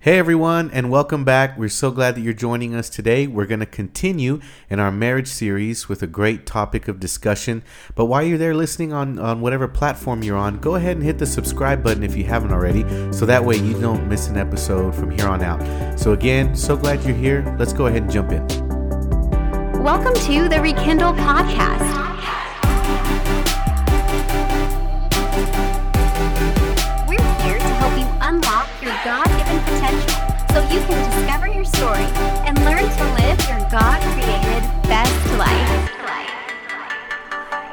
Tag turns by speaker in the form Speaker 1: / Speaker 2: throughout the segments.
Speaker 1: Hey everyone, and welcome back. We're so glad that you're joining us today. We're going to continue in our marriage series with a great topic of discussion. But while you're there listening on, on whatever platform you're on, go ahead and hit the subscribe button if you haven't already, so that way you don't miss an episode from here on out. So, again, so glad you're here. Let's go ahead and jump in.
Speaker 2: Welcome to the Rekindle Podcast. We're here to help you unlock your God given potential so you can discover your story and learn to live your God created best life.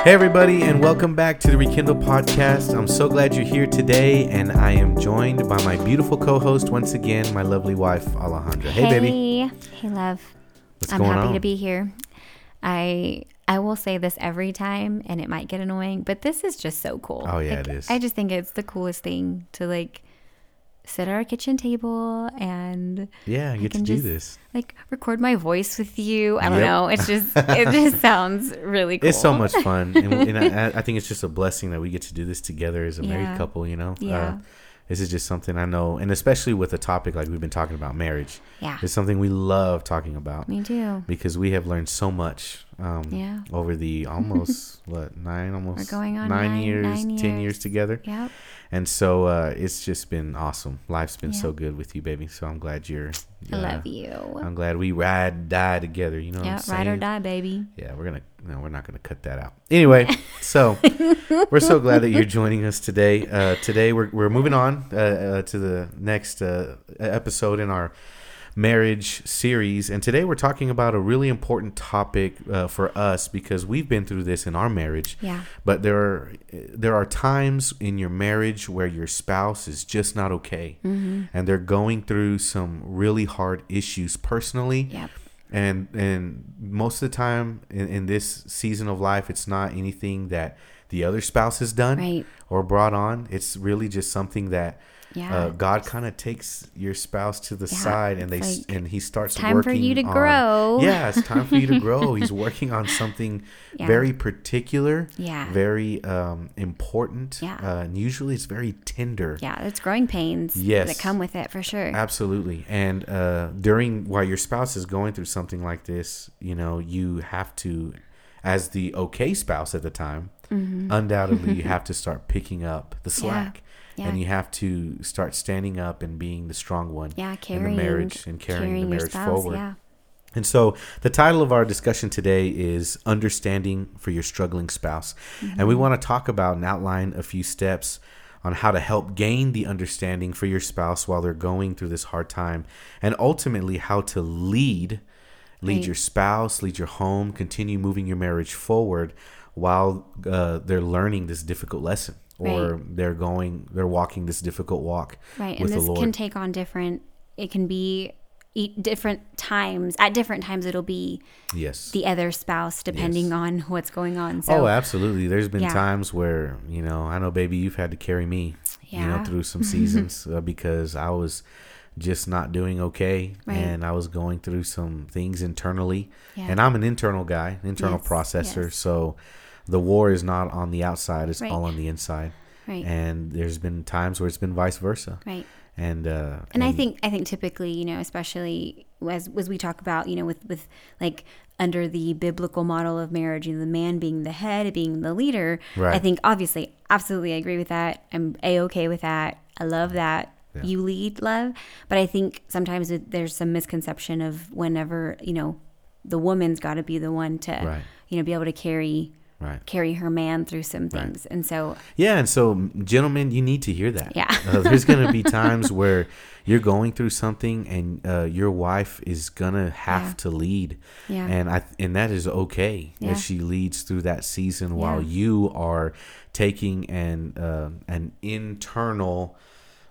Speaker 1: Hey, everybody, and welcome back to the Rekindle Podcast. I'm so glad you're here today, and I am joined by my beautiful co host once again, my lovely wife, Alejandra. Hey, baby.
Speaker 2: Hey, love.
Speaker 1: What's
Speaker 2: I'm
Speaker 1: going
Speaker 2: happy
Speaker 1: on?
Speaker 2: to be here. I I will say this every time and it might get annoying, but this is just so cool.
Speaker 1: Oh, yeah, it
Speaker 2: Like,
Speaker 1: is.
Speaker 2: I just think it's the coolest thing to like sit at our kitchen table and
Speaker 1: Yeah, I get to
Speaker 2: can
Speaker 1: do
Speaker 2: just-
Speaker 1: this.
Speaker 2: like record my voice with you. I don't
Speaker 1: Yep.
Speaker 2: know. It's just it just sounds really cool.
Speaker 1: It's so much fun, and, and I, I- I think it's just a blessing that we get to do this together as a married
Speaker 2: Yeah.
Speaker 1: couple. You know, Uh,
Speaker 2: Yeah.
Speaker 1: this is just something I know, and especially with a topic like we've been talking about marriage,
Speaker 2: Yeah.
Speaker 1: it's something we love talking about
Speaker 2: Me too.
Speaker 1: because we have learned so much um,
Speaker 2: Yeah.
Speaker 1: over the almost what nine almost
Speaker 2: going on
Speaker 1: nine,
Speaker 2: nine-
Speaker 1: years,
Speaker 2: nine
Speaker 1: ten
Speaker 2: years.
Speaker 1: years together,
Speaker 2: Yep.
Speaker 1: and so uh, it's just been awesome. Life's been
Speaker 2: Yeah.
Speaker 1: so good with you, baby. So I'm glad you're.
Speaker 2: I
Speaker 1: uh,
Speaker 2: love you.
Speaker 1: I'm glad we ride die together. You know what I'm
Speaker 2: Yeah,
Speaker 1: saying?
Speaker 2: ride or die, baby.
Speaker 1: Yeah, we're gonna no, we're not gonna cut that out. Anyway, so we're so glad that you're joining us today. Uh, today we're we're moving on uh, uh, to the next uh, episode in our marriage series, and today we're talking about a really important topic uh, for us because we've been through this in our marriage.
Speaker 2: Yeah.
Speaker 1: But there are there are times in your marriage where your spouse is just not okay, and they're going through some really hard issues personally
Speaker 2: Yep.
Speaker 1: and and most of the time in, in this season of life it's not anything that the other spouse has done
Speaker 2: Right.
Speaker 1: or brought on it's really just something that
Speaker 2: Yeah.
Speaker 1: uh, god kind of takes your spouse to the
Speaker 2: Yeah,
Speaker 1: side and they
Speaker 2: it's
Speaker 1: s
Speaker 2: like,
Speaker 1: and he starts
Speaker 2: time for
Speaker 1: working
Speaker 2: you to
Speaker 1: on-
Speaker 2: grow.
Speaker 1: yeah it's time for you to grow he's working on something
Speaker 2: Yeah.
Speaker 1: very particular
Speaker 2: Yeah.
Speaker 1: very um important
Speaker 2: Yeah.
Speaker 1: uh, and usually it's very tender
Speaker 2: Yeah, it's growing pains
Speaker 1: Yes.
Speaker 2: that come with it for sure.
Speaker 1: Absolutely. And uh, during while your spouse is going through something like this, you know, you have to, as the okay spouse at the time, undoubtedly you have to start picking up the slack.
Speaker 2: Mm-hmm. Yeah.
Speaker 1: And you have to start standing up and being the strong one
Speaker 2: yeah,
Speaker 1: in
Speaker 2: carrying
Speaker 1: the marriage and carrying, the
Speaker 2: your
Speaker 1: marriage
Speaker 2: spouse,
Speaker 1: forward.
Speaker 2: Yeah.
Speaker 1: And so the title of our discussion today is Understanding for Your Struggling Spouse. And
Speaker 2: Mm-hmm.
Speaker 1: we want to talk about and outline a few steps on how to help gain the understanding for your spouse while they're going through this hard time and ultimately how to lead lead
Speaker 2: Right.
Speaker 1: your spouse, lead your home, continue moving your marriage forward while uh, they're learning this difficult lesson or they're going they're walking this difficult walk
Speaker 2: Right, and
Speaker 1: with
Speaker 2: this
Speaker 1: the Lord.
Speaker 2: can take on different. It can be e- different times. At different times, it'll be
Speaker 1: yes.
Speaker 2: the other spouse, depending
Speaker 1: Yes.
Speaker 2: on what's going on. So,
Speaker 1: oh, absolutely. There's been
Speaker 2: Yeah.
Speaker 1: times where, you know, I know, baby, you've had to carry me, you know,
Speaker 2: Yeah.
Speaker 1: through some seasons uh, because I was just not doing okay
Speaker 2: Right.
Speaker 1: and I was going through some things internally.
Speaker 2: Yeah.
Speaker 1: And I'm an internal guy, internal
Speaker 2: Yes,
Speaker 1: processor.
Speaker 2: yes.
Speaker 1: So the war is not on the outside, it's
Speaker 2: Right.
Speaker 1: all on the inside.
Speaker 2: right,
Speaker 1: And there's been times where it's been vice versa.
Speaker 2: right.
Speaker 1: And, uh,
Speaker 2: and I think I think typically, you know, especially as as we talk about, you know, with with like under the biblical model of marriage, you know, the man being the head, being the leader. I
Speaker 1: Right.
Speaker 2: think obviously, absolutely, I agree with that. I'm a okay with that. I love that.
Speaker 1: Yeah.
Speaker 2: You lead love, but I think sometimes it, there's some misconception of whenever you know the woman's got to be the one to
Speaker 1: Right.
Speaker 2: you know be able to carry
Speaker 1: right.
Speaker 2: carry her man through some things, and so
Speaker 1: Yeah, and so m- gentlemen, you need to hear that.
Speaker 2: Yeah.
Speaker 1: uh, there's gonna be times where you're going through something, and uh, your wife is gonna have
Speaker 2: Yeah.
Speaker 1: to lead.
Speaker 2: Yeah.
Speaker 1: And I th- and that is okay
Speaker 2: Yeah.
Speaker 1: that she leads through that season while
Speaker 2: Yeah.
Speaker 1: you are taking an uh, an internal,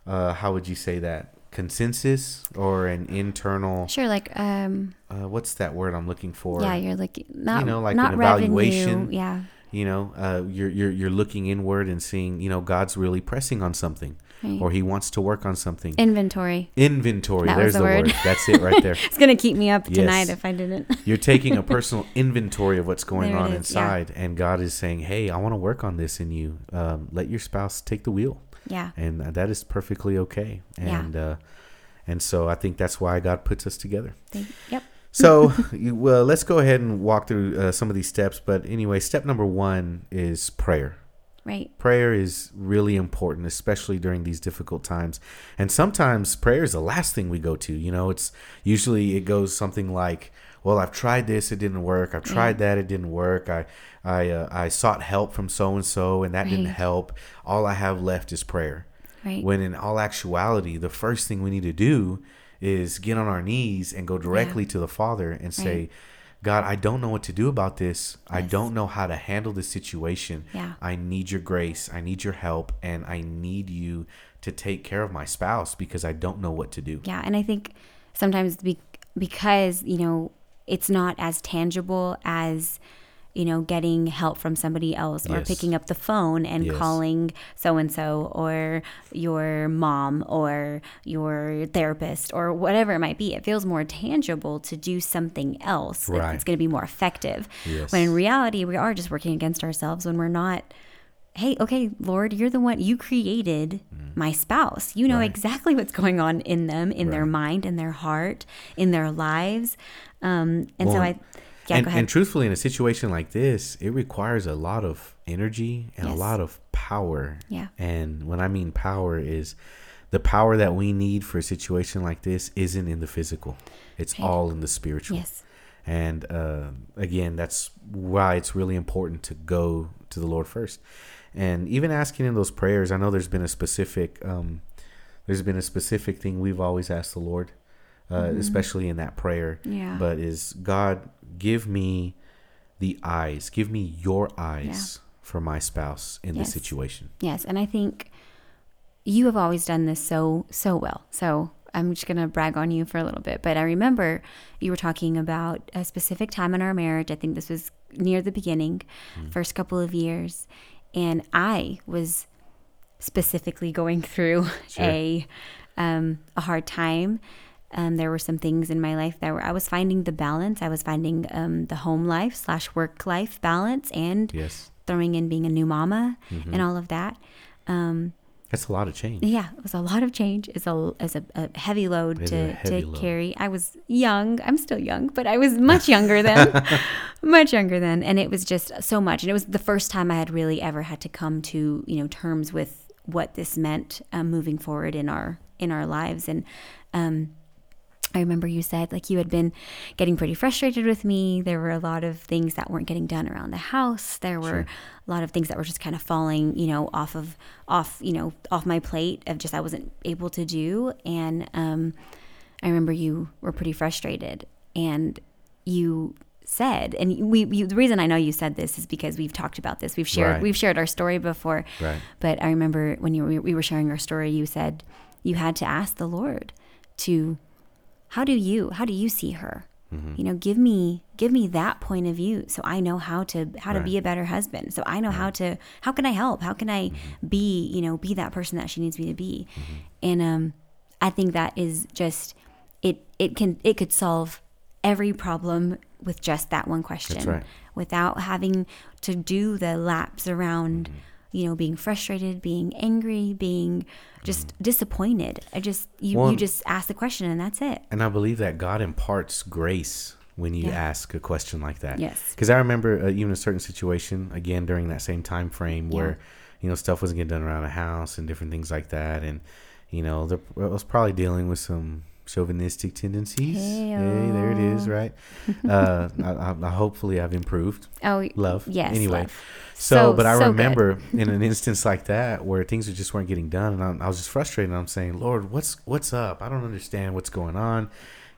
Speaker 1: uh, how would you say that consensus or an internal
Speaker 2: sure, like um,
Speaker 1: uh, what's that word I'm looking for?
Speaker 2: yeah, you're looking not
Speaker 1: you know, like
Speaker 2: not
Speaker 1: an evaluation.
Speaker 2: revenue, yeah.
Speaker 1: you know uh, you're, you're you're looking inward and seeing you know god's really pressing on something
Speaker 2: Right.
Speaker 1: or he wants to work on something
Speaker 2: Inventory.
Speaker 1: inventory
Speaker 2: That
Speaker 1: there's
Speaker 2: was the
Speaker 1: the word.
Speaker 2: word.
Speaker 1: that's it right there
Speaker 2: It's gonna keep me up
Speaker 1: Yes.
Speaker 2: tonight if I didn't.
Speaker 1: you're taking a personal inventory of what's going
Speaker 2: There it
Speaker 1: on
Speaker 2: is, yeah.
Speaker 1: inside and god is saying hey i want to work on this in you um, let your spouse take the wheel
Speaker 2: yeah.
Speaker 1: and that is perfectly okay
Speaker 2: Yeah.
Speaker 1: and uh, And so I think that's why God puts us together.
Speaker 2: Thank- Yep.
Speaker 1: So you, well, let's go ahead and walk through uh, some of these steps. But anyway, step number one is prayer.
Speaker 2: Right.
Speaker 1: Prayer is really important, especially during these difficult times. And sometimes prayer is the last thing we go to. You know, it's usually it goes something like, "Well, I've tried this, it didn't work. I've tried that, it didn't work. I, I, uh, I sought help from so and so, and that didn't
Speaker 2: Right.
Speaker 1: help. All I have left is prayer."
Speaker 2: Right.
Speaker 1: When in all actuality, the first thing we need to do is get on our knees and go directly to the Father and say,
Speaker 2: Right.
Speaker 1: God, I don't know what to do about this. I
Speaker 2: Yes.
Speaker 1: don't know how to handle this situation.
Speaker 2: Yeah.
Speaker 1: I need your grace. I need your help. And I need you to take care of my spouse because I don't know what to do.
Speaker 2: Yeah, and I think sometimes be- because you know it's not as tangible as you know getting help from somebody else or
Speaker 1: Yes.
Speaker 2: picking up the phone and
Speaker 1: Yes.
Speaker 2: calling so and so or your mom or your therapist or whatever it might be it feels more tangible to do something else Like,
Speaker 1: Right.
Speaker 2: it's going to be more effective
Speaker 1: Yes.
Speaker 2: when in reality we are just working against ourselves when we're not hey, okay, Lord, you're the one you created my spouse. You know
Speaker 1: Mm. Right.
Speaker 2: exactly what's going on in them, in their
Speaker 1: Right.
Speaker 2: mind, in their heart, in their lives. Um, and so
Speaker 1: Well,
Speaker 2: I, yeah,
Speaker 1: and,
Speaker 2: go ahead.
Speaker 1: and truthfully, in a situation like this, it requires a lot of energy and a
Speaker 2: Yes.
Speaker 1: lot of power.
Speaker 2: Yeah.
Speaker 1: And when I mean power is the power that we need for a situation like this isn't in the physical. It's all in the spiritual.
Speaker 2: yes,
Speaker 1: And uh, again, that's why it's really important to go to the Lord first. And even asking in those prayers, I know there's been a specific, um, there's been a specific thing we've always asked the Lord, uh, especially in that prayer.
Speaker 2: Mm-hmm. Yeah.
Speaker 1: But is God give me the eyes, give me your eyes for my spouse in this
Speaker 2: Yes.
Speaker 1: situation.
Speaker 2: yes. And I think you have always done this so, so well. So I'm just going to brag on you for a little bit. But I remember you were talking about a specific time in our marriage. I think this was near the beginning, first couple of years. And I was specifically going through a um, a hard time. Um, there were some things in my life that were I was finding the balance. I was finding um, the home life slash work life balance, and
Speaker 1: Yes,
Speaker 2: throwing in being a new mama
Speaker 1: Mm-hmm.
Speaker 2: and all of that.
Speaker 1: that's a lot of change.
Speaker 2: Yeah, it was a lot of change. It's a it's a, a heavy load
Speaker 1: is a
Speaker 2: to,
Speaker 1: heavy
Speaker 2: to
Speaker 1: load.
Speaker 2: carry. I was young. I'm still young, but I was much younger then, much younger then, and it was just so much. And it was the first time I had really ever had to come to you know terms with what this meant um, moving forward in our in our lives. And um, I remember you said like you had been getting pretty frustrated with me. There were a lot of things that weren't getting done around the house. There were a lot of things that were just kind of falling, you know, off of off, you know, off my plate of just I wasn't able to do. And um, I remember you were pretty frustrated, and you said, and we you, the reason I know you said this is because we've talked about this. We've shared
Speaker 1: Right.
Speaker 2: we've shared our story before.
Speaker 1: Right.
Speaker 2: But I remember when you were, we were sharing our story, you said you had to ask the Lord to how do you how do you see her you know give me give me that point of view so i know how to how to be a better husband so i know how to how can i help how can i be you know be that person that she needs me to be and um i think that is just it it can it could solve every problem with just that one question
Speaker 1: right.
Speaker 2: without having to do the laps around you know being frustrated being angry being just disappointed i just you,
Speaker 1: Well,
Speaker 2: you just ask the question and that's it
Speaker 1: And I believe that God imparts grace when you
Speaker 2: Yeah.
Speaker 1: ask a question like that.
Speaker 2: Yes.
Speaker 1: Because I remember uh, even a certain situation again during that same time frame where you know stuff wasn't getting done around the house and different things like that, and you know there, I was probably dealing with some chauvinistic tendencies. Hey, there it is, right? uh, I, I, I hopefully I've improved
Speaker 2: Oh,
Speaker 1: love.
Speaker 2: Yes.
Speaker 1: Anyway,
Speaker 2: love.
Speaker 1: so,
Speaker 2: So-
Speaker 1: but I
Speaker 2: so good.
Speaker 1: remember in an instance like that where things just weren't getting done, and I'm, I was just frustrated. And I'm saying, Lord, what's what's up? I don't understand what's going on.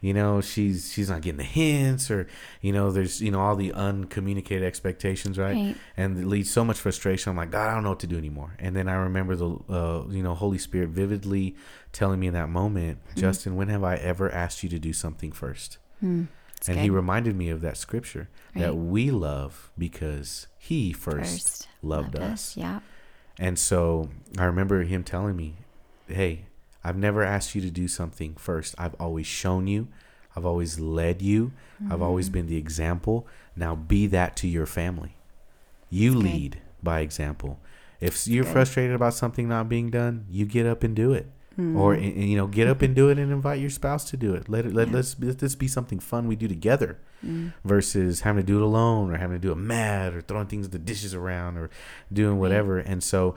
Speaker 1: You know, she's she's not getting the hints, or you know, there's you know all the uncommunicated expectations, right?
Speaker 2: Right.
Speaker 1: And it leads so much frustration. I'm like, God, I don't know what to do anymore. And then I remember the uh, you know Holy Spirit vividly telling me in that moment,
Speaker 2: Mm-hmm.
Speaker 1: Justin, when have I ever asked you to do something first? and he
Speaker 2: Hmm. good.
Speaker 1: reminded me of that scripture that
Speaker 2: Right.
Speaker 1: we love because he first,
Speaker 2: First
Speaker 1: loved, us.
Speaker 2: Yeah.
Speaker 1: And so I remember him telling me, Hey, I've never asked you to do something first. I've always shown you, I've always led you, I've always
Speaker 2: Mm-hmm.
Speaker 1: been the example. Now be that to your family. You
Speaker 2: good.
Speaker 1: lead by example. If you're
Speaker 2: good.
Speaker 1: frustrated about something not being done, you get up and do it. or y- you know get up and do it and invite your spouse to do it let it let, let's let this be something fun we do together versus having to do it alone or having to do it mad or throwing things the dishes around or doing whatever and so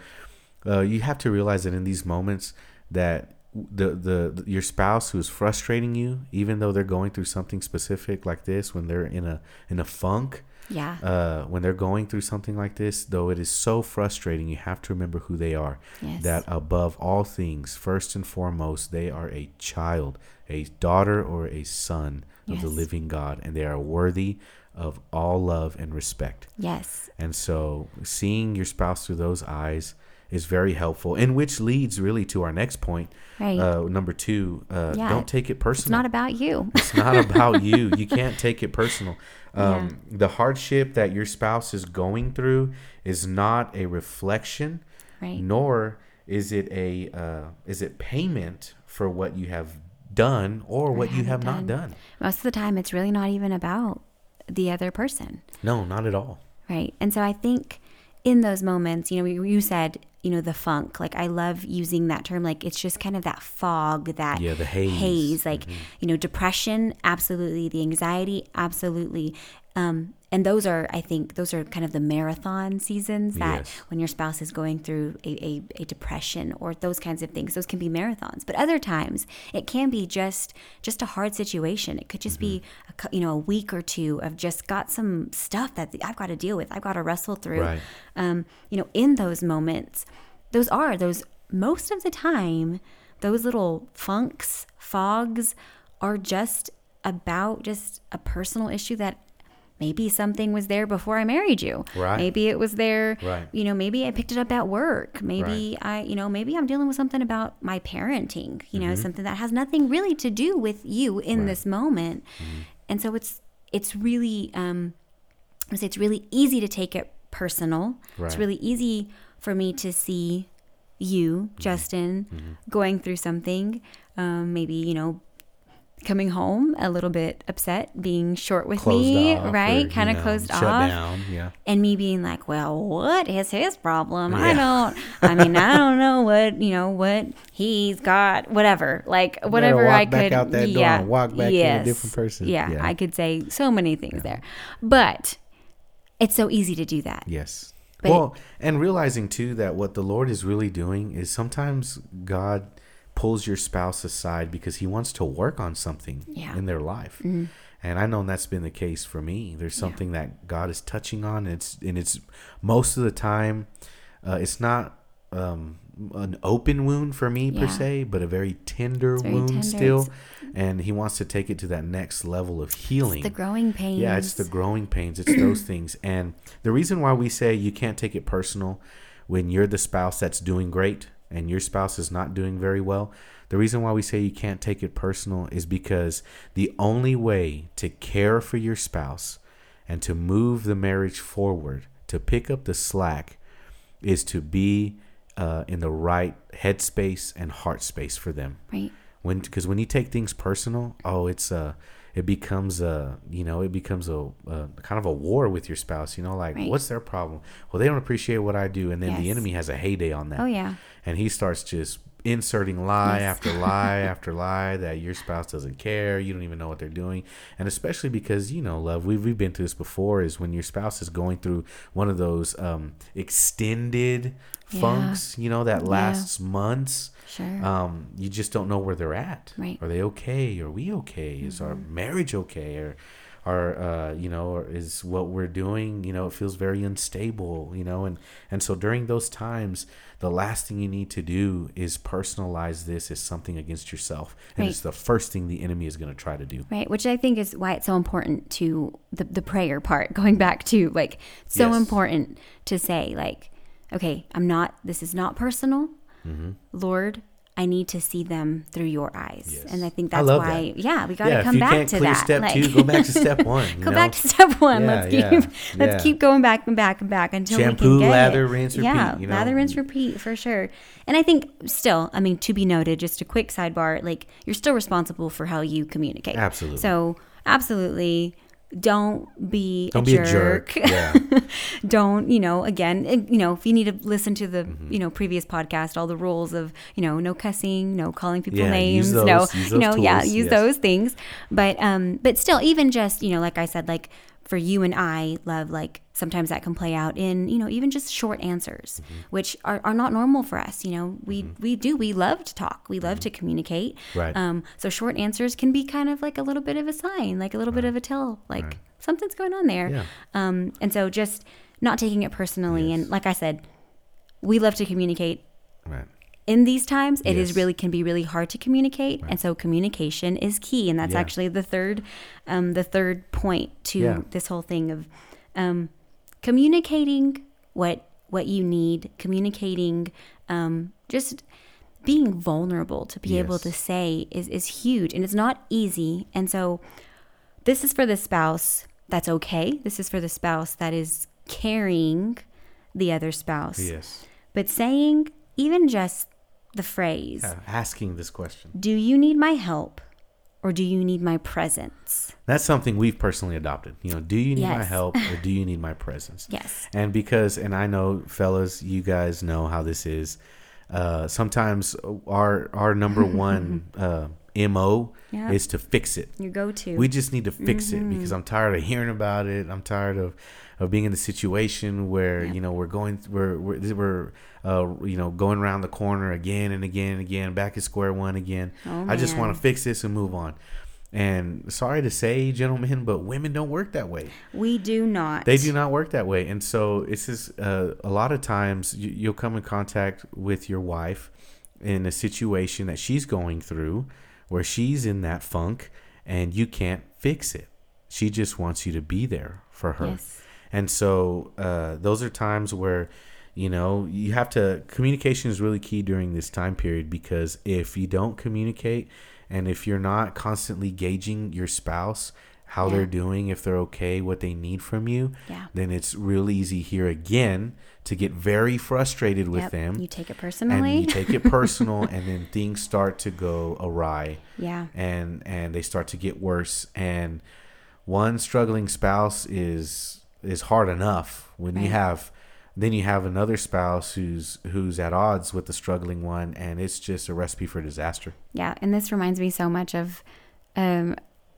Speaker 1: uh, you have to realize that in these moments that the, the the- your spouse who is frustrating you even though they're going through something specific like this when they're in a in a funk
Speaker 2: Yeah.
Speaker 1: uh, when they're going through something like this, though it is so frustrating, you have to remember who they are.
Speaker 2: Yes.
Speaker 1: That above all things, first and foremost, they are a child, a daughter or a son of the
Speaker 2: Yes.
Speaker 1: living God, and they are worthy of all love and respect.
Speaker 2: yes.
Speaker 1: And so, seeing your spouse through those eyes is very helpful, and which leads really to our next point,
Speaker 2: Right.
Speaker 1: uh, number two. Uh,
Speaker 2: Yeah,
Speaker 1: don't take it personal
Speaker 2: it's not about you.
Speaker 1: it's not about you. You can't take it personal. Um, The hardship that your spouse is going through is not a reflection,
Speaker 2: Right.
Speaker 1: nor is it a uh, is it payment for what you have done or what you have
Speaker 2: haven't
Speaker 1: not done.
Speaker 2: Most of the time, it's really not even about the other person.
Speaker 1: No, not at all.
Speaker 2: Right. And so I think in those moments, you know, you you said, you know, the funk. Like I love using that term. Like it's just kind of that fog, that
Speaker 1: Yeah, the haze. Mm-hmm.
Speaker 2: Like, you know, depression, absolutely. The anxiety, absolutely. Um, and those are, I think, those are kind of the marathon seasons that
Speaker 1: Yes.
Speaker 2: when your spouse is going through a, a, a depression or those kinds of things those can be marathons but other times it can be just just a hard situation it could just be
Speaker 1: Mm-hmm.
Speaker 2: a, cou- you know a week or two of just got some stuff that i've got to deal with i've got to wrestle through
Speaker 1: Right.
Speaker 2: um, you know in those moments those are those most of the time those little funks fogs are just about just a personal issue that maybe something was there before i married you
Speaker 1: Right.
Speaker 2: maybe maybe it was there
Speaker 1: Right.
Speaker 2: you know maybe i picked it up at work maybe i you know maybe i'm dealing with something about my parenting you
Speaker 1: Mm-hmm.
Speaker 2: know something that has nothing really to do with you in this moment
Speaker 1: Mm-hmm.
Speaker 2: and so it's it's really um I would say it's really easy to take it personal
Speaker 1: Right.
Speaker 2: it's really easy for me to see you
Speaker 1: Mm-hmm.
Speaker 2: justin going through something um maybe you know coming home a little bit upset being short with me
Speaker 1: off or,
Speaker 2: right
Speaker 1: you
Speaker 2: kind of
Speaker 1: know,
Speaker 2: closed
Speaker 1: shut
Speaker 2: off
Speaker 1: down. Yeah.
Speaker 2: and me being like, "Well, what is his problem? I
Speaker 1: Yeah.
Speaker 2: don't. I mean, I don't know what you know what he's got. Whatever, like whatever
Speaker 1: walk
Speaker 2: I could.
Speaker 1: back out that door
Speaker 2: yeah,
Speaker 1: and walk back in a different person.
Speaker 2: Yeah,
Speaker 1: Yeah.
Speaker 2: I could say so many things there, but it's so easy to do that.
Speaker 1: Yes.
Speaker 2: But-
Speaker 1: well, and realizing too that what the Lord is really doing is sometimes God pulls your spouse aside because he wants to work on something
Speaker 2: Yeah. Mm-hmm.
Speaker 1: in their life. And I know that's been the case for me. There's something that God is touching on. And it's and it's most of the time, uh, it's not um, an open wound for me per
Speaker 2: Yeah.
Speaker 1: se, but a very tender
Speaker 2: very
Speaker 1: wound
Speaker 2: tender.
Speaker 1: still. And He wants to take it to that next level of healing.
Speaker 2: The growing pains.
Speaker 1: Yeah, it's the growing pains. It's those things. And the reason why we say you can't take it personal when you're the spouse that's doing great and your spouse is not doing very well, the reason why we say you can't take it personal is because the only way to care for your spouse and to move the marriage forward, to pick up the slack, is to be uh, in the right headspace and heart space for them
Speaker 2: right.
Speaker 1: when because when you take things personal oh it's uh it becomes a you know it becomes a, a kind of a war with your spouse you know like
Speaker 2: Right.
Speaker 1: what's their problem well they don't appreciate what i do and then the
Speaker 2: Yes.
Speaker 1: enemy has a heyday on that
Speaker 2: Oh, yeah.
Speaker 1: and he starts just inserting lie after lie after lie that your spouse doesn't care you don't even know what they're doing and especially because you know love we've, we've been through this before is when your spouse is going through one of those um extended
Speaker 2: Yeah.
Speaker 1: funks you know that lasts months
Speaker 2: Sure.
Speaker 1: um, you just don't know where they're at.
Speaker 2: Right. Mm-hmm.
Speaker 1: Are they okay? Are we okay? Is our marriage okay? Or, are uh, you know, or is what we're doing? You know, it feels very unstable. You know, and and so during those times, the last thing you need to do is personalize this as something against yourself, and
Speaker 2: Right.
Speaker 1: it's the first thing the enemy is going to try to do.
Speaker 2: Right, which I think is why it's so important to the, the prayer part, going back to like, so
Speaker 1: Yes.
Speaker 2: important to say, like, okay, I'm not, this is not personal.
Speaker 1: Mm-hmm.
Speaker 2: Lord, I need to see them through your eyes.
Speaker 1: Yes.
Speaker 2: And I think
Speaker 1: I
Speaker 2: that's
Speaker 1: love
Speaker 2: why,
Speaker 1: that.
Speaker 2: yeah, we got to come back to that.
Speaker 1: step
Speaker 2: like,
Speaker 1: two, go back to step one. You
Speaker 2: go
Speaker 1: know?
Speaker 2: back to step one.
Speaker 1: Yeah,
Speaker 2: let's keep,
Speaker 1: yeah, yeah.
Speaker 2: let's keep going back and back and back until we
Speaker 1: Shampoo,
Speaker 2: can get
Speaker 1: lather,
Speaker 2: it.
Speaker 1: rinse,
Speaker 2: Yeah,
Speaker 1: repeat, you know?
Speaker 2: lather, rinse, repeat for sure. And I think still, I mean, to be noted, just a quick sidebar, like you're still responsible for how you communicate.
Speaker 1: Absolutely.
Speaker 2: So absolutely don't be
Speaker 1: Don't
Speaker 2: a
Speaker 1: be
Speaker 2: jerk.
Speaker 1: a jerk. Yeah.
Speaker 2: don't you know again and, you know if you need to listen to the
Speaker 1: Mm-hmm.
Speaker 2: you know previous podcast all the rules of you know no cussing no calling people
Speaker 1: Yeah,
Speaker 2: names
Speaker 1: use
Speaker 2: no
Speaker 1: those- use
Speaker 2: you know
Speaker 1: those
Speaker 2: yeah
Speaker 1: tools,
Speaker 2: use
Speaker 1: yes.
Speaker 2: those things but um but still even just you know like i said like for you and i love like sometimes that can play out in you know even just short answers
Speaker 1: Mm-hmm.
Speaker 2: which are, are not normal for us you know we we do we love to talk we love to communicate
Speaker 1: Mm-hmm. Right.
Speaker 2: um so short answers can be kind of like a little bit of a sign like a little bit of a tell like something's going on there
Speaker 1: Yeah.
Speaker 2: um, and so just not taking it personally. And like I said, we love to communicate.
Speaker 1: Right.
Speaker 2: In these times, it is
Speaker 1: Yes.
Speaker 2: really can be really hard to communicate, and so communication is key. And that's
Speaker 1: Yeah.
Speaker 2: actually the third, um, the third point to
Speaker 1: Yeah.
Speaker 2: this whole thing of um, communicating what what you need, communicating um, just being vulnerable to be able
Speaker 1: Yes.
Speaker 2: to say is is huge, and it's not easy. And so this is for the spouse that's okay. This is for the spouse that is carrying the other spouse.
Speaker 1: Yes.
Speaker 2: But saying even just the phrase,
Speaker 1: Yeah, Asking this question.
Speaker 2: do you need my help or do you need my presence?
Speaker 1: That's something we've personally adopted. You know, do you need my
Speaker 2: Yes.
Speaker 1: help or do you need my presence?
Speaker 2: Yes.
Speaker 1: And because, and I know, fellas, you guys know how this is. Uh, sometimes our our number one uh, mo
Speaker 2: Yeah.
Speaker 1: is to fix it.
Speaker 2: Your go to.
Speaker 1: We just need to fix it
Speaker 2: Mm-hmm.
Speaker 1: because I'm tired of hearing about it. I'm tired of, of being in a situation where you know we're going we're we're, we're uh, you know going around the corner again and again and again back at square one again.
Speaker 2: Oh,
Speaker 1: I just want
Speaker 2: man.
Speaker 1: to fix this and move on. And sorry to say, gentlemen, but women don't work that way.
Speaker 2: we do not.
Speaker 1: They do not work that way, and so it's just uh, a lot of times you, you'll come in contact with your wife in a situation that she's going through, where she's in that funk, and you can't fix it. She just wants you to be there for her,
Speaker 2: Yes.
Speaker 1: and so uh, those are times where you know you have to communication is really key during this time period because if you don't communicate and if you're not constantly gauging your spouse how they're doing if they're okay what they need from you
Speaker 2: Yeah.
Speaker 1: then it's real easy here again to get very frustrated with
Speaker 2: Yep.
Speaker 1: them
Speaker 2: You take it
Speaker 1: and
Speaker 2: personally.
Speaker 1: you take it personal and then things start to go awry
Speaker 2: yeah.
Speaker 1: and and they start to get worse and one struggling spouse is is hard enough when you
Speaker 2: Right.
Speaker 1: have then you have another spouse who's who's at odds with the struggling one and it's just a recipe for disaster
Speaker 2: Yeah, and this reminds me so much of um,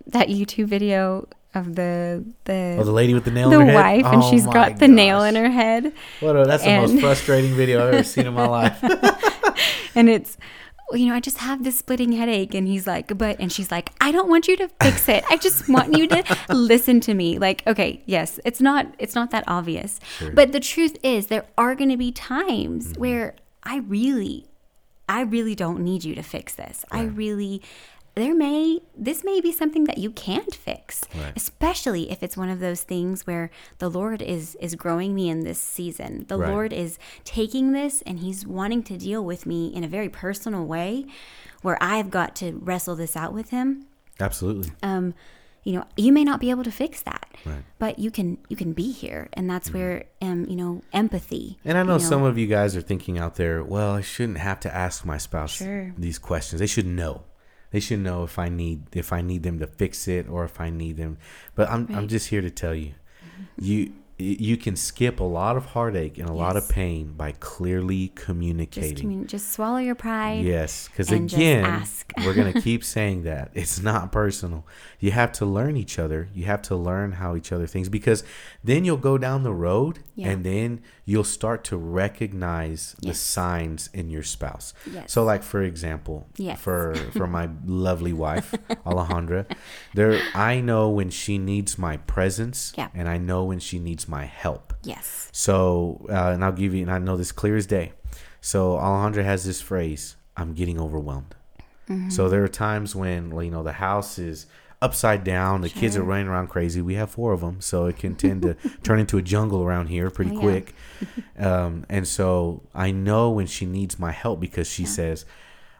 Speaker 2: that YouTube video of the the
Speaker 1: oh the lady with the nail
Speaker 2: the
Speaker 1: in her
Speaker 2: wife,
Speaker 1: head
Speaker 2: and
Speaker 1: Oh
Speaker 2: she's
Speaker 1: my
Speaker 2: got the nail
Speaker 1: gosh.
Speaker 2: in her head,
Speaker 1: what a, that's the most
Speaker 2: and-
Speaker 1: frustrating video i've ever seen in my life
Speaker 2: and it's you know I just have this splitting headache, and he's like, but and she's like, I don't want you to fix it. I just want you to listen to me. Like, okay, yes, it's not it's not that obvious, but the truth is there are going to be times where I really I really don't need you to fix this. I really, there may, this may be something that you can't fix,
Speaker 1: Right.
Speaker 2: especially if it's one of those things where the Lord is is growing me in this season. The
Speaker 1: Right.
Speaker 2: Lord is taking this and He's wanting to deal with me in a very personal way, where I've got to wrestle this out with Him.
Speaker 1: absolutely
Speaker 2: Um, you know, you may not be able to fix that,
Speaker 1: Right. Mm-hmm.
Speaker 2: but you can you can be here, and that's where um, you know empathy.
Speaker 1: And I know,
Speaker 2: you
Speaker 1: some of you guys are thinking out there, well, I shouldn't have to ask my spouse
Speaker 2: Sure.
Speaker 1: these questions. They should know. They should know if I need if I need them to fix it or if I need them. But I'm I'm just here to tell you. You you can skip a lot of heartache and a lot of
Speaker 2: Yes.
Speaker 1: pain by clearly communicating.
Speaker 2: just, commun- just swallow your pride.
Speaker 1: Yes, because
Speaker 2: and just
Speaker 1: again,
Speaker 2: ask.
Speaker 1: we're gonna keep saying that it's not personal. You have to learn each other. You have to learn how each other thinks because then you'll go down the road
Speaker 2: Yeah.
Speaker 1: and then you'll start to recognize the
Speaker 2: Yes.
Speaker 1: signs in your spouse.
Speaker 2: Yes.
Speaker 1: So, like for example,
Speaker 2: Yes.
Speaker 1: for for my lovely wife Alejandra, there I know when she needs my presence,
Speaker 2: Yeah.
Speaker 1: and I know when she needs my help.
Speaker 2: Yes.
Speaker 1: So, uh, and I'll give you, and I know this clear as day. So, Alejandra has this phrase I'm getting overwhelmed.
Speaker 2: Mm-hmm.
Speaker 1: So, there are times when, you know, the house is upside down, the kids are running around crazy. We have four of them, so it can tend to turn into a jungle around here pretty
Speaker 2: Oh, yeah.
Speaker 1: quick. Um, and so, I know when she needs my help because she says,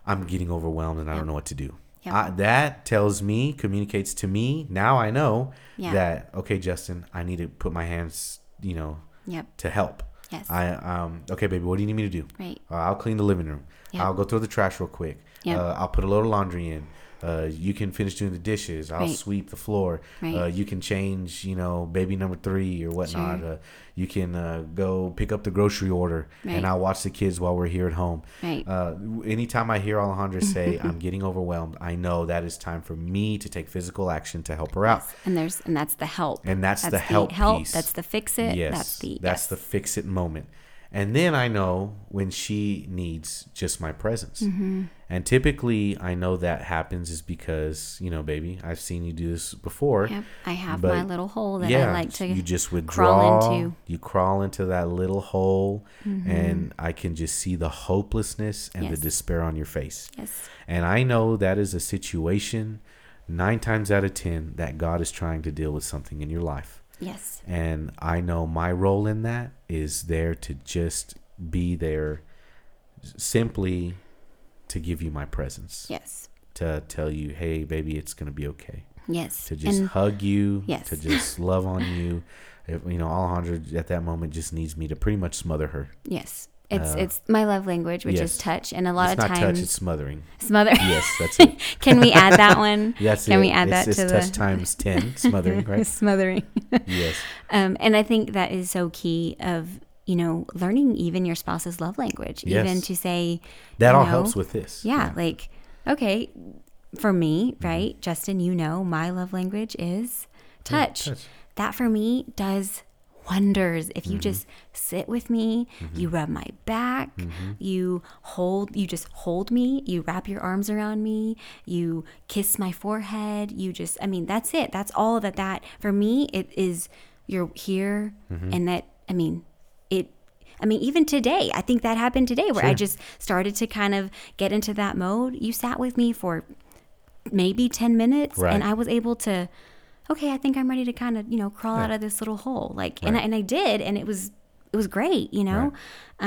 Speaker 1: I'm getting overwhelmed and I don't know what to do.
Speaker 2: Yep.
Speaker 1: I, that tells me, communicates to me. Now I know
Speaker 2: Yeah.
Speaker 1: that okay, Justin, I need to put my hands, you know,
Speaker 2: Yep.
Speaker 1: to help.
Speaker 2: Yes.
Speaker 1: I um okay, baby. What do you need me to do?
Speaker 2: Right.
Speaker 1: Uh, I'll clean the living room.
Speaker 2: Yeah.
Speaker 1: I'll go through the trash real quick.
Speaker 2: Yeah.
Speaker 1: Uh, I'll put a load of laundry in. Uh, you can finish doing the dishes. I'll
Speaker 2: Right.
Speaker 1: sweep the floor.
Speaker 2: Right.
Speaker 1: Uh, you can change, you know, baby number three or whatnot.
Speaker 2: Sure.
Speaker 1: Uh, you can uh, go pick up the grocery order,
Speaker 2: Right.
Speaker 1: and I'll watch the kids while we're here at home.
Speaker 2: Right.
Speaker 1: Uh, w- anytime I hear Alejandra say, "I'm getting overwhelmed," I know that is time for me to take physical action to help her out.
Speaker 2: and there's and that's the help.
Speaker 1: And that's the help piece.
Speaker 2: That's the fix it.
Speaker 1: Yes,
Speaker 2: That's the yes.
Speaker 1: fix it moment. And then I know when she needs just my presence.
Speaker 2: Mm-hmm.
Speaker 1: And typically, I know that happens is because you know, baby, I've seen you do this before.
Speaker 2: Yep, I have
Speaker 1: but
Speaker 2: my little hole that I like to
Speaker 1: you just withdraw.
Speaker 2: crawl into. Mm-hmm.
Speaker 1: You crawl into that little hole, and I can just see the hopelessness and
Speaker 2: Yes.
Speaker 1: the despair on your face.
Speaker 2: Yes.
Speaker 1: And I know that is a situation. Nine times out of ten, that God is trying to deal with something in your life.
Speaker 2: Yes.
Speaker 1: And I know my role in that is there to just be there simply to give you my presence.
Speaker 2: Yes.
Speaker 1: To tell you, hey, baby, it's going to be okay.
Speaker 2: Yes.
Speaker 1: To just
Speaker 2: and
Speaker 1: hug you,
Speaker 2: Yes.
Speaker 1: to just love on you. If, you know, Alejandra at that moment just needs me to pretty much smother her.
Speaker 2: yes.
Speaker 1: uh,
Speaker 2: It's it's my love language, which
Speaker 1: yes.
Speaker 2: is touch, and a lot
Speaker 1: it's
Speaker 2: of
Speaker 1: not touch, it's
Speaker 2: times
Speaker 1: smothering.
Speaker 2: smother.
Speaker 1: Yes, that's it.
Speaker 2: Can we add that one?
Speaker 1: That's
Speaker 2: Can
Speaker 1: it.
Speaker 2: we add
Speaker 1: it's,
Speaker 2: that
Speaker 1: it's
Speaker 2: to
Speaker 1: touch
Speaker 2: the
Speaker 1: times 10, smothering, right?
Speaker 2: smothering?
Speaker 1: yes.
Speaker 2: Um, and I think that is so key of you know learning even your spouse's love language, even
Speaker 1: Yes.
Speaker 2: to say
Speaker 1: That
Speaker 2: you
Speaker 1: all
Speaker 2: know,
Speaker 1: helps with this.
Speaker 2: yeah, like okay, for me, right, Justin, you know my love language is touch.
Speaker 1: touch.
Speaker 2: That for me does wonders if you just sit with me you rub my back you hold you just hold me you wrap your arms around me you kiss my forehead you just i mean that's it that's all that that for me it is you're here and that i mean it i mean even today i think that happened today where i just started to kind of get into that mode you sat with me for maybe 10 minutes
Speaker 1: Right.
Speaker 2: and i was able to okay i think i'm ready to kind of you know crawl out of this little hole like and, I,
Speaker 1: Right.
Speaker 2: and i did and it was it was great you know
Speaker 1: Right.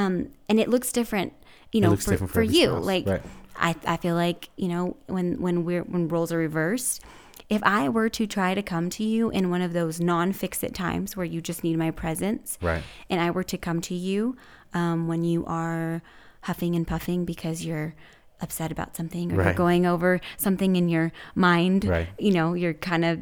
Speaker 2: um and it looks different you know
Speaker 1: looks
Speaker 2: for, for,
Speaker 1: different for every
Speaker 2: you
Speaker 1: spouse,
Speaker 2: like
Speaker 1: right.
Speaker 2: i i feel like you know when when we're when roles are reversed if i were to try to come to you in one of those non-fix it times where you just need my presence
Speaker 1: Right.
Speaker 2: and I were to come to you um, when you are huffing and puffing because you're upset about something or you're
Speaker 1: Right.
Speaker 2: going over something in your mind,
Speaker 1: Right.
Speaker 2: you know, you're kind of,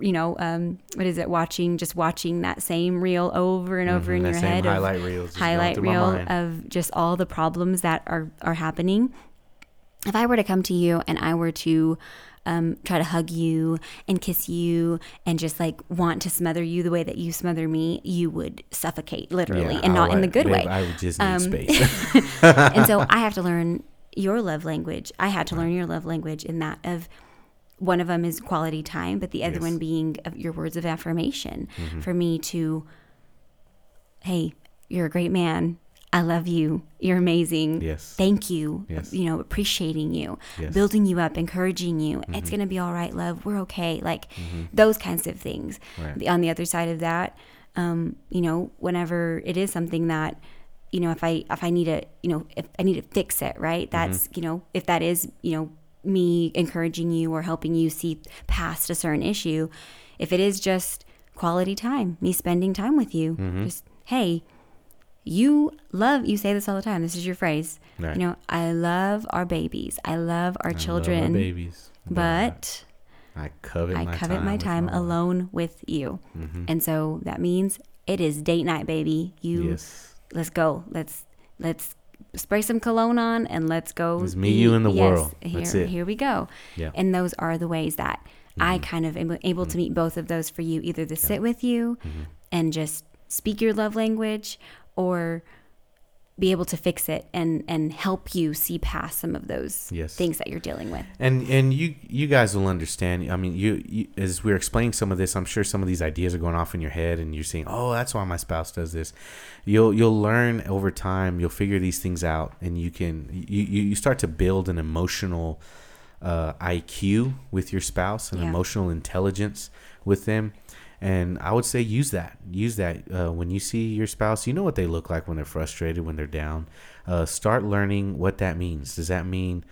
Speaker 2: you know, um, what is it? Watching, just watching that same reel over and over in
Speaker 1: Mm-hmm, that
Speaker 2: your
Speaker 1: same
Speaker 2: head. of-
Speaker 1: highlight reel is just going
Speaker 2: highlight
Speaker 1: through my
Speaker 2: reel
Speaker 1: mind.
Speaker 2: of just all the problems that are are happening. If I were to come to you and I were to um, try to hug you and kiss you and just like want to smother you the way that you smother me, you would suffocate literally
Speaker 1: Yeah,
Speaker 2: and not
Speaker 1: I'll
Speaker 2: in the
Speaker 1: let-
Speaker 2: good
Speaker 1: babe,
Speaker 2: way. Um,
Speaker 1: I would just need space.
Speaker 2: and so I have to learn your love language. I had to learn your love language in that of one of them is quality time, but the other
Speaker 1: Yes. Mm-hmm.
Speaker 2: one being of your words of affirmation for me to, hey, you're a great man. I love you. You're amazing.
Speaker 1: Yes.
Speaker 2: Thank you.
Speaker 1: Yes.
Speaker 2: You know, appreciating you,
Speaker 1: Yes.
Speaker 2: building you up, encouraging you.
Speaker 1: Mm-hmm.
Speaker 2: It's going to be all right, love. We're okay. Like those kinds of things.
Speaker 1: Right.
Speaker 2: The- on the other side of that, um, you know, whenever it is something that, you know, if I if I need to, you know, if I need to fix it, right?
Speaker 1: Mm-hmm.
Speaker 2: That's you know, if that is you know me encouraging you or helping you see past a certain issue, if it is just quality time, me spending time with you,
Speaker 1: Mm-hmm.
Speaker 2: just hey, you love you say this all the time. This is your phrase.
Speaker 1: Right.
Speaker 2: You know, I love our babies. I love our
Speaker 1: I love
Speaker 2: children.
Speaker 1: our babies,
Speaker 2: But
Speaker 1: I covet
Speaker 2: I
Speaker 1: my
Speaker 2: covet
Speaker 1: time
Speaker 2: my
Speaker 1: with Mm-hmm.
Speaker 2: time
Speaker 1: my wife.
Speaker 2: alone with you. And so that means it is date night, baby. You
Speaker 1: Yes,
Speaker 2: let's go. Let's let's spray some cologne on and let's go.
Speaker 1: It's me, you, and the world.
Speaker 2: Here,
Speaker 1: That's it.
Speaker 2: here we go.
Speaker 1: Yeah. Mm-hmm.
Speaker 2: And those are the ways that I kind of am able to meet both of those for you, either to sit with you
Speaker 1: Mm-hmm.
Speaker 2: and just speak your love language or be able to fix it and and help you see past some of those
Speaker 1: Yes.
Speaker 2: things that you're dealing with.
Speaker 1: and and you you guys will understand. I mean, you, you as we're explaining some of this, I'm sure some of these ideas are going off in your head, and you're saying, "Oh, that's why my spouse does this." You'll you'll learn over time. You'll figure these things out, and you can you you you start to build an emotional uh, IQ with your spouse and
Speaker 2: Yeah.
Speaker 1: emotional intelligence with them. And I would say use that. Use that uh, when you see your spouse. You know what they look like when they're frustrated, when they're down. Uh, start learning what that means. Does that mean,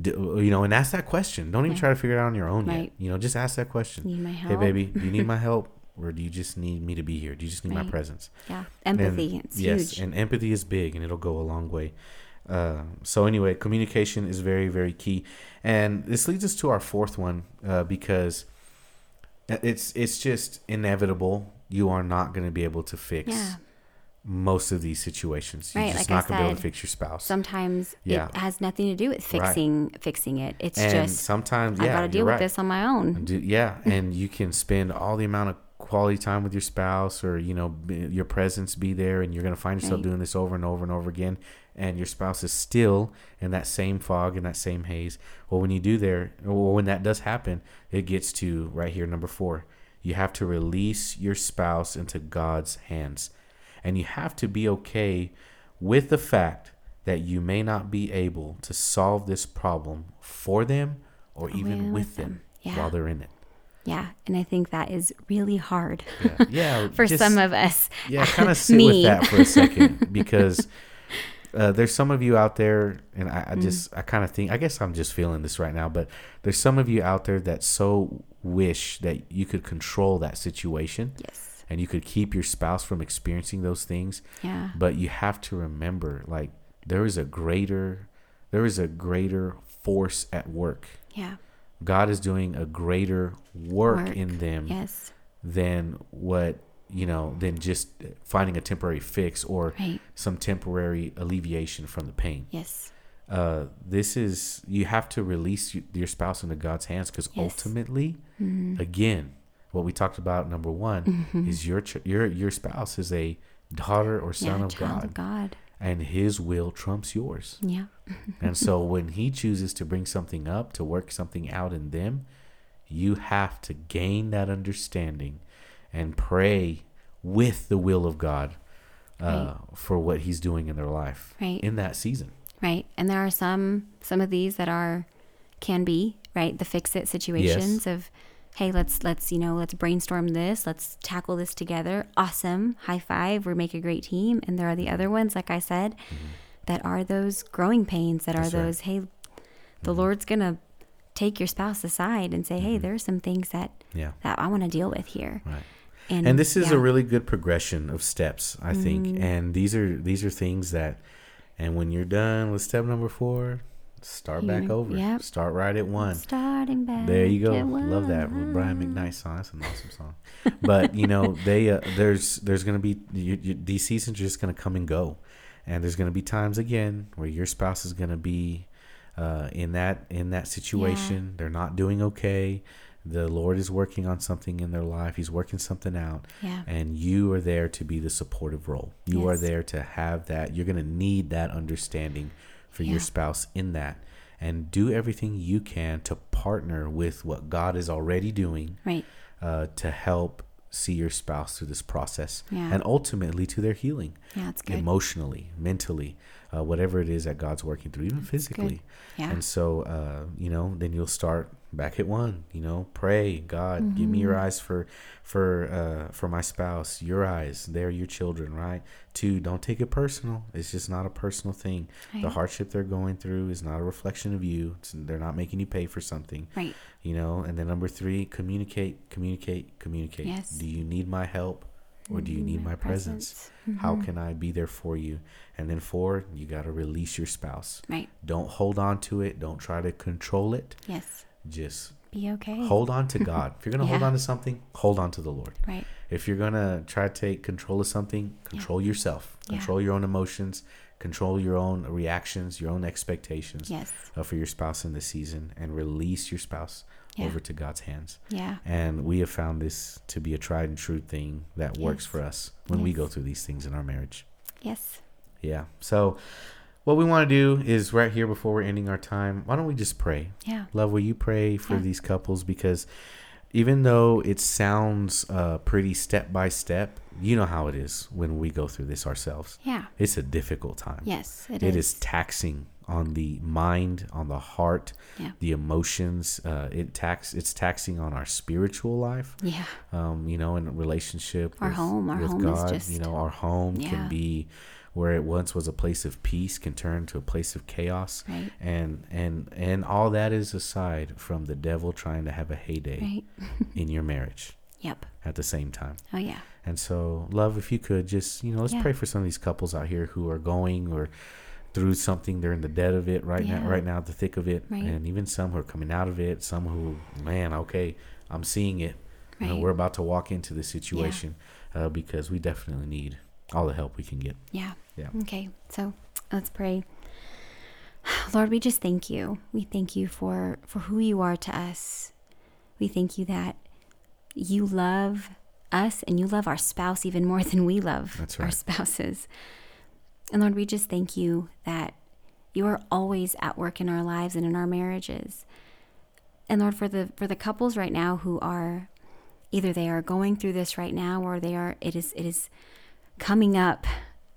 Speaker 1: do, you know? And ask that question. Don't even try to figure it out on your own yet.
Speaker 2: Right.
Speaker 1: You know, just ask that question.
Speaker 2: Need my
Speaker 1: Hey,
Speaker 2: help?
Speaker 1: baby, do you need my help, or do you just need me to be here? Do you just need my
Speaker 2: Right.
Speaker 1: presence?
Speaker 2: Yeah.
Speaker 1: And-
Speaker 2: Empathy. it's
Speaker 1: yes,
Speaker 2: huge.
Speaker 1: and empathy is big, and it'll go a long way. Uh, so anyway, communication is very, very key, and this leads us to our fourth one uh, because it's it's just inevitable. You are not going to be able to fix
Speaker 2: Yeah.
Speaker 1: most of these situations. You're
Speaker 2: Right,
Speaker 1: just
Speaker 2: like I
Speaker 1: not going to be able to
Speaker 2: said,
Speaker 1: fix your spouse.
Speaker 2: Sometimes
Speaker 1: Yeah.
Speaker 2: it has nothing to do with
Speaker 1: Right.
Speaker 2: fixing fixing it. It's
Speaker 1: and
Speaker 2: just
Speaker 1: sometimes, yeah,
Speaker 2: I got to
Speaker 1: you're
Speaker 2: deal with
Speaker 1: right.
Speaker 2: this on my own.
Speaker 1: Do, yeah, and you can spend all the amount of quality time with your spouse, or you know, be, your presence be there, and you're gonna find yourself
Speaker 2: Right.
Speaker 1: doing this over and over and over again, and your spouse is still in that same fog and that same haze. Well, when you do there, well, when that does happen, it gets to right here, number four. You have to release your spouse into God's hands, and you have to be okay with the fact that you may not be able to solve this problem for them or even Oh,
Speaker 2: with
Speaker 1: with them,
Speaker 2: them. Yeah.
Speaker 1: while they're in it.
Speaker 2: Yeah, and I think that is really hard
Speaker 1: Yeah, yeah
Speaker 2: for
Speaker 1: just-
Speaker 2: some of us.
Speaker 1: yeah, kind of sit with
Speaker 2: me.
Speaker 1: that for a second because uh, there's some of you out there, and I, I
Speaker 2: Mm.
Speaker 1: just I kind of think I guess I'm just feeling this right now, but there's some of you out there that so wish that you could control that situation.
Speaker 2: Yes.
Speaker 1: And you could keep your spouse from experiencing those things.
Speaker 2: Yeah.
Speaker 1: But you have to remember, like, there is a greater, there is a greater force at work.
Speaker 2: Yeah.
Speaker 1: God is doing a greater work,
Speaker 2: Work.
Speaker 1: in them
Speaker 2: Yes.
Speaker 1: than what you know than just finding a temporary fix or
Speaker 2: Right.
Speaker 1: some temporary alleviation from the pain
Speaker 2: Yes.
Speaker 1: uh, this is you have to release y- your spouse into god's hands because
Speaker 2: Yes. Mm-hmm.
Speaker 1: ultimately again what we talked about number one is your ch- your your spouse is a daughter or son
Speaker 2: yeah,
Speaker 1: of,
Speaker 2: child
Speaker 1: god,
Speaker 2: of God.
Speaker 1: and his will trumps yours
Speaker 2: Yeah.
Speaker 1: and so when he chooses to bring something up to work something out in them you have to gain that understanding and pray with the will of God uh, for what He's doing in their life
Speaker 2: Right.
Speaker 1: in that season.
Speaker 2: Right. And there are some some of these that are can be, right? The fix it situations of hey, let's let's, you know, let's brainstorm this, let's tackle this together. Awesome. High five. We make a great team. And there are the other ones like I said that are those growing pains that
Speaker 1: Mm-hmm. That's
Speaker 2: are
Speaker 1: right. Mm-hmm.
Speaker 2: those hey, the Lord's going to take your spouse aside and say, "Hey, there are some things that
Speaker 1: Yeah.
Speaker 2: that I want to deal with here."
Speaker 1: Mm-hmm. Right. And this is
Speaker 2: yeah. Mm-hmm.
Speaker 1: a really good progression of steps, I think. And these are these are things that, and when you're done with step number four, start back
Speaker 2: You're-
Speaker 1: over.
Speaker 2: yep.
Speaker 1: Start right at one.
Speaker 2: starting back.
Speaker 1: There you go.
Speaker 2: at
Speaker 1: Love that Brian
Speaker 2: one.
Speaker 1: McKnight song. That's an awesome song. But you know, they uh, there's there's gonna be you, you, these seasons are just gonna come and go, and there's gonna be times again where your spouse is gonna be uh, in that in that situation. They're not doing okay. The Lord is working on something in their life. He's working something out,
Speaker 2: Yeah.
Speaker 1: and you are there to be the supportive role. You are
Speaker 2: Yes.
Speaker 1: there to have that. You're gonna need that understanding for your
Speaker 2: Yeah.
Speaker 1: spouse in that and do everything you can to partner with what God is already doing
Speaker 2: Right.
Speaker 1: uh, to help see your spouse through this process
Speaker 2: Yeah.
Speaker 1: and ultimately to their healing
Speaker 2: Yeah, it's good.
Speaker 1: emotionally, mentally, uh, whatever it is that God's working through, even physically.
Speaker 2: Yeah.
Speaker 1: And so, uh, you know, then you'll start back at one. You know, pray, God, give me
Speaker 2: Mm-hmm.
Speaker 1: your eyes for for uh, for my spouse. Your eyes, they're your children, right? Two, don't take it personal. It's just not a personal thing. The
Speaker 2: Right.
Speaker 1: hardship they're going through is not a reflection of you. It's, they're not making you pay for something.
Speaker 2: Right.
Speaker 1: You know, and then number three, communicate, communicate, communicate.
Speaker 2: Yes. Mm-hmm.
Speaker 1: Do you need my help or do you need my presence?
Speaker 2: presence. Mm-hmm.
Speaker 1: How can I be there for you? And then four, you got to release your spouse.
Speaker 2: Right.
Speaker 1: Don't hold on to it. Don't try to control it.
Speaker 2: Yes.
Speaker 1: Just
Speaker 2: Be okay.
Speaker 1: hold on to God. If you're going to hold
Speaker 2: Yeah.
Speaker 1: on to something, hold on to the Lord.
Speaker 2: Right.
Speaker 1: If you're going to try to take control of something, control yourself,
Speaker 2: Yeah.
Speaker 1: control your own emotions, control your own reactions, your own expectations
Speaker 2: Yes.
Speaker 1: uh, for your spouse in this season, and release your spouse
Speaker 2: Yeah.
Speaker 1: over to God's hands.
Speaker 2: Yeah.
Speaker 1: And we have found this to be a tried and true thing that works
Speaker 2: Yes.
Speaker 1: for us when we
Speaker 2: Yes.
Speaker 1: go through these things in our marriage.
Speaker 2: Yes.
Speaker 1: Yeah. So, what we want to do is right here before we're ending our time, why don't we just pray?
Speaker 2: Yeah.
Speaker 1: Love, will you pray for
Speaker 2: Yeah.
Speaker 1: these couples? Because even though it sounds uh, pretty step by step, you know how it is when we go through this ourselves.
Speaker 2: Yeah.
Speaker 1: It's a difficult time.
Speaker 2: Yes.
Speaker 1: It is taxing on the mind, on the heart,
Speaker 2: Yeah.
Speaker 1: the emotions. Uh, it tax. It's taxing on our spiritual life
Speaker 2: Yeah.
Speaker 1: um, you know, in a relationship.
Speaker 2: Our home- our home is just-
Speaker 1: you know, our home can
Speaker 2: Yeah.
Speaker 1: be where it once was a place of peace can turn to a place of chaos,
Speaker 2: Right.
Speaker 1: and and and all that is aside from the devil trying to have a heyday
Speaker 2: Right.
Speaker 1: in your marriage
Speaker 2: Yep.
Speaker 1: at the same time.
Speaker 2: Oh yeah.
Speaker 1: And so, love, if you could just, you know, let's
Speaker 2: Yeah.
Speaker 1: pray for some of these couples out here who are going or through something. They're in the dead of it right now,
Speaker 2: Yeah.
Speaker 1: right now, the thick of it,
Speaker 2: Right.
Speaker 1: and even some who are coming out of it. Some who, man, okay, I'm seeing it. You know,
Speaker 2: Right.
Speaker 1: we're about to walk into this situation uh, because we definitely need all the help we can get.
Speaker 2: Yeah.
Speaker 1: Yeah.
Speaker 2: Okay. So let's pray. Lord, we just thank you. We thank you for for who you are to us. We thank you that you love us and you love our spouse even more than we love
Speaker 1: That's
Speaker 2: our
Speaker 1: right.
Speaker 2: spouses. And Lord, we just thank you that you are always at work in our lives and in our marriages. And Lord, for the for the couples right now who are either they are going through this right now or they are it is it is coming up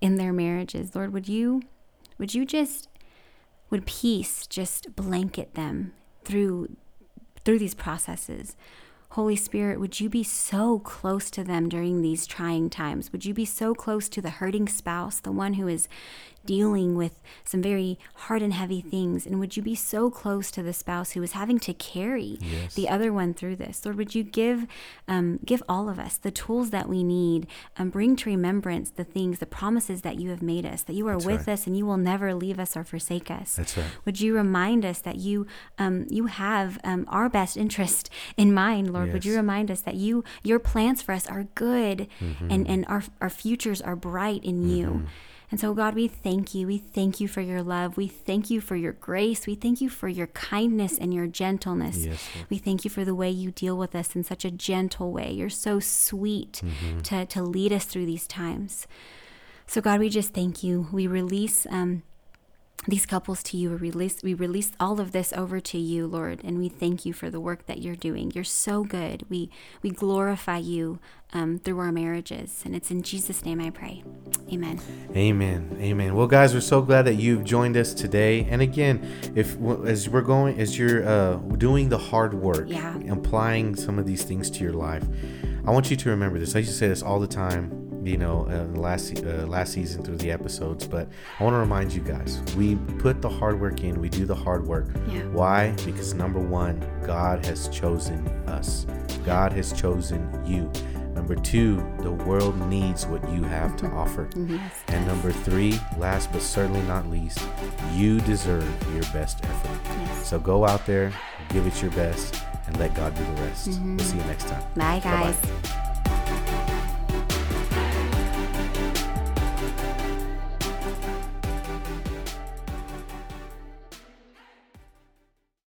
Speaker 2: in their marriages. Lord, would you would you just would peace just blanket them through through these processes? Holy Spirit, would you be so close to them during these trying times? Would you be so close to the hurting spouse, the one who is dealing with some very hard and heavy things? And would you be so close to the spouse who is having to carry
Speaker 1: Yes.
Speaker 2: the other one through this? Lord, would you give um, give all of us the tools that we need and bring to remembrance the things, the promises that you have made us, that you are
Speaker 1: That's
Speaker 2: with
Speaker 1: right.
Speaker 2: us and you will never leave us or forsake us.
Speaker 1: That's right.
Speaker 2: Would you remind us that you um, you have um, our best interest in mind, Lord? Would you
Speaker 1: Yes.
Speaker 2: remind us that you your plans for us are good
Speaker 1: Mm-hmm.
Speaker 2: and, and our, our futures are bright in you. And so, God, we thank you. We thank you for your love. We thank you for your grace. We thank you for your kindness and your gentleness.
Speaker 1: Yes, Lord.
Speaker 2: We thank you for the way you deal with us in such a gentle way. You're so sweet
Speaker 1: Mm-hmm.
Speaker 2: to, to lead us through these times. So, God, we just thank you. We release um, these couples to you. We release, we release all of this over to you, Lord, and we thank you for the work that you're doing. You're so good. We, we glorify you um, through our marriages. And it's in Jesus' name I pray. Amen.
Speaker 1: Amen. Amen. Well, guys, we're so glad that you've joined us today. And again, if as we're going, as you're uh, doing the hard work,
Speaker 2: Yeah.
Speaker 1: applying some of these things to your life, I want you to remember this. I used to say this all the time. You know, uh, in the last se- uh, last season through the episodes, but I want to remind you guys: we put the hard work in. We do the hard work.
Speaker 2: Yeah.
Speaker 1: Why? Because number one, God has chosen us. God has chosen you. Number two, the world needs what you have to offer.
Speaker 2: Yes.
Speaker 1: And number three, last but certainly not least, you deserve your best effort.
Speaker 2: Yes.
Speaker 1: So go out there, give it your best, and let God do the rest. We'll see you next time.
Speaker 2: Mm-hmm. Bye, guys.
Speaker 1: Bye-bye.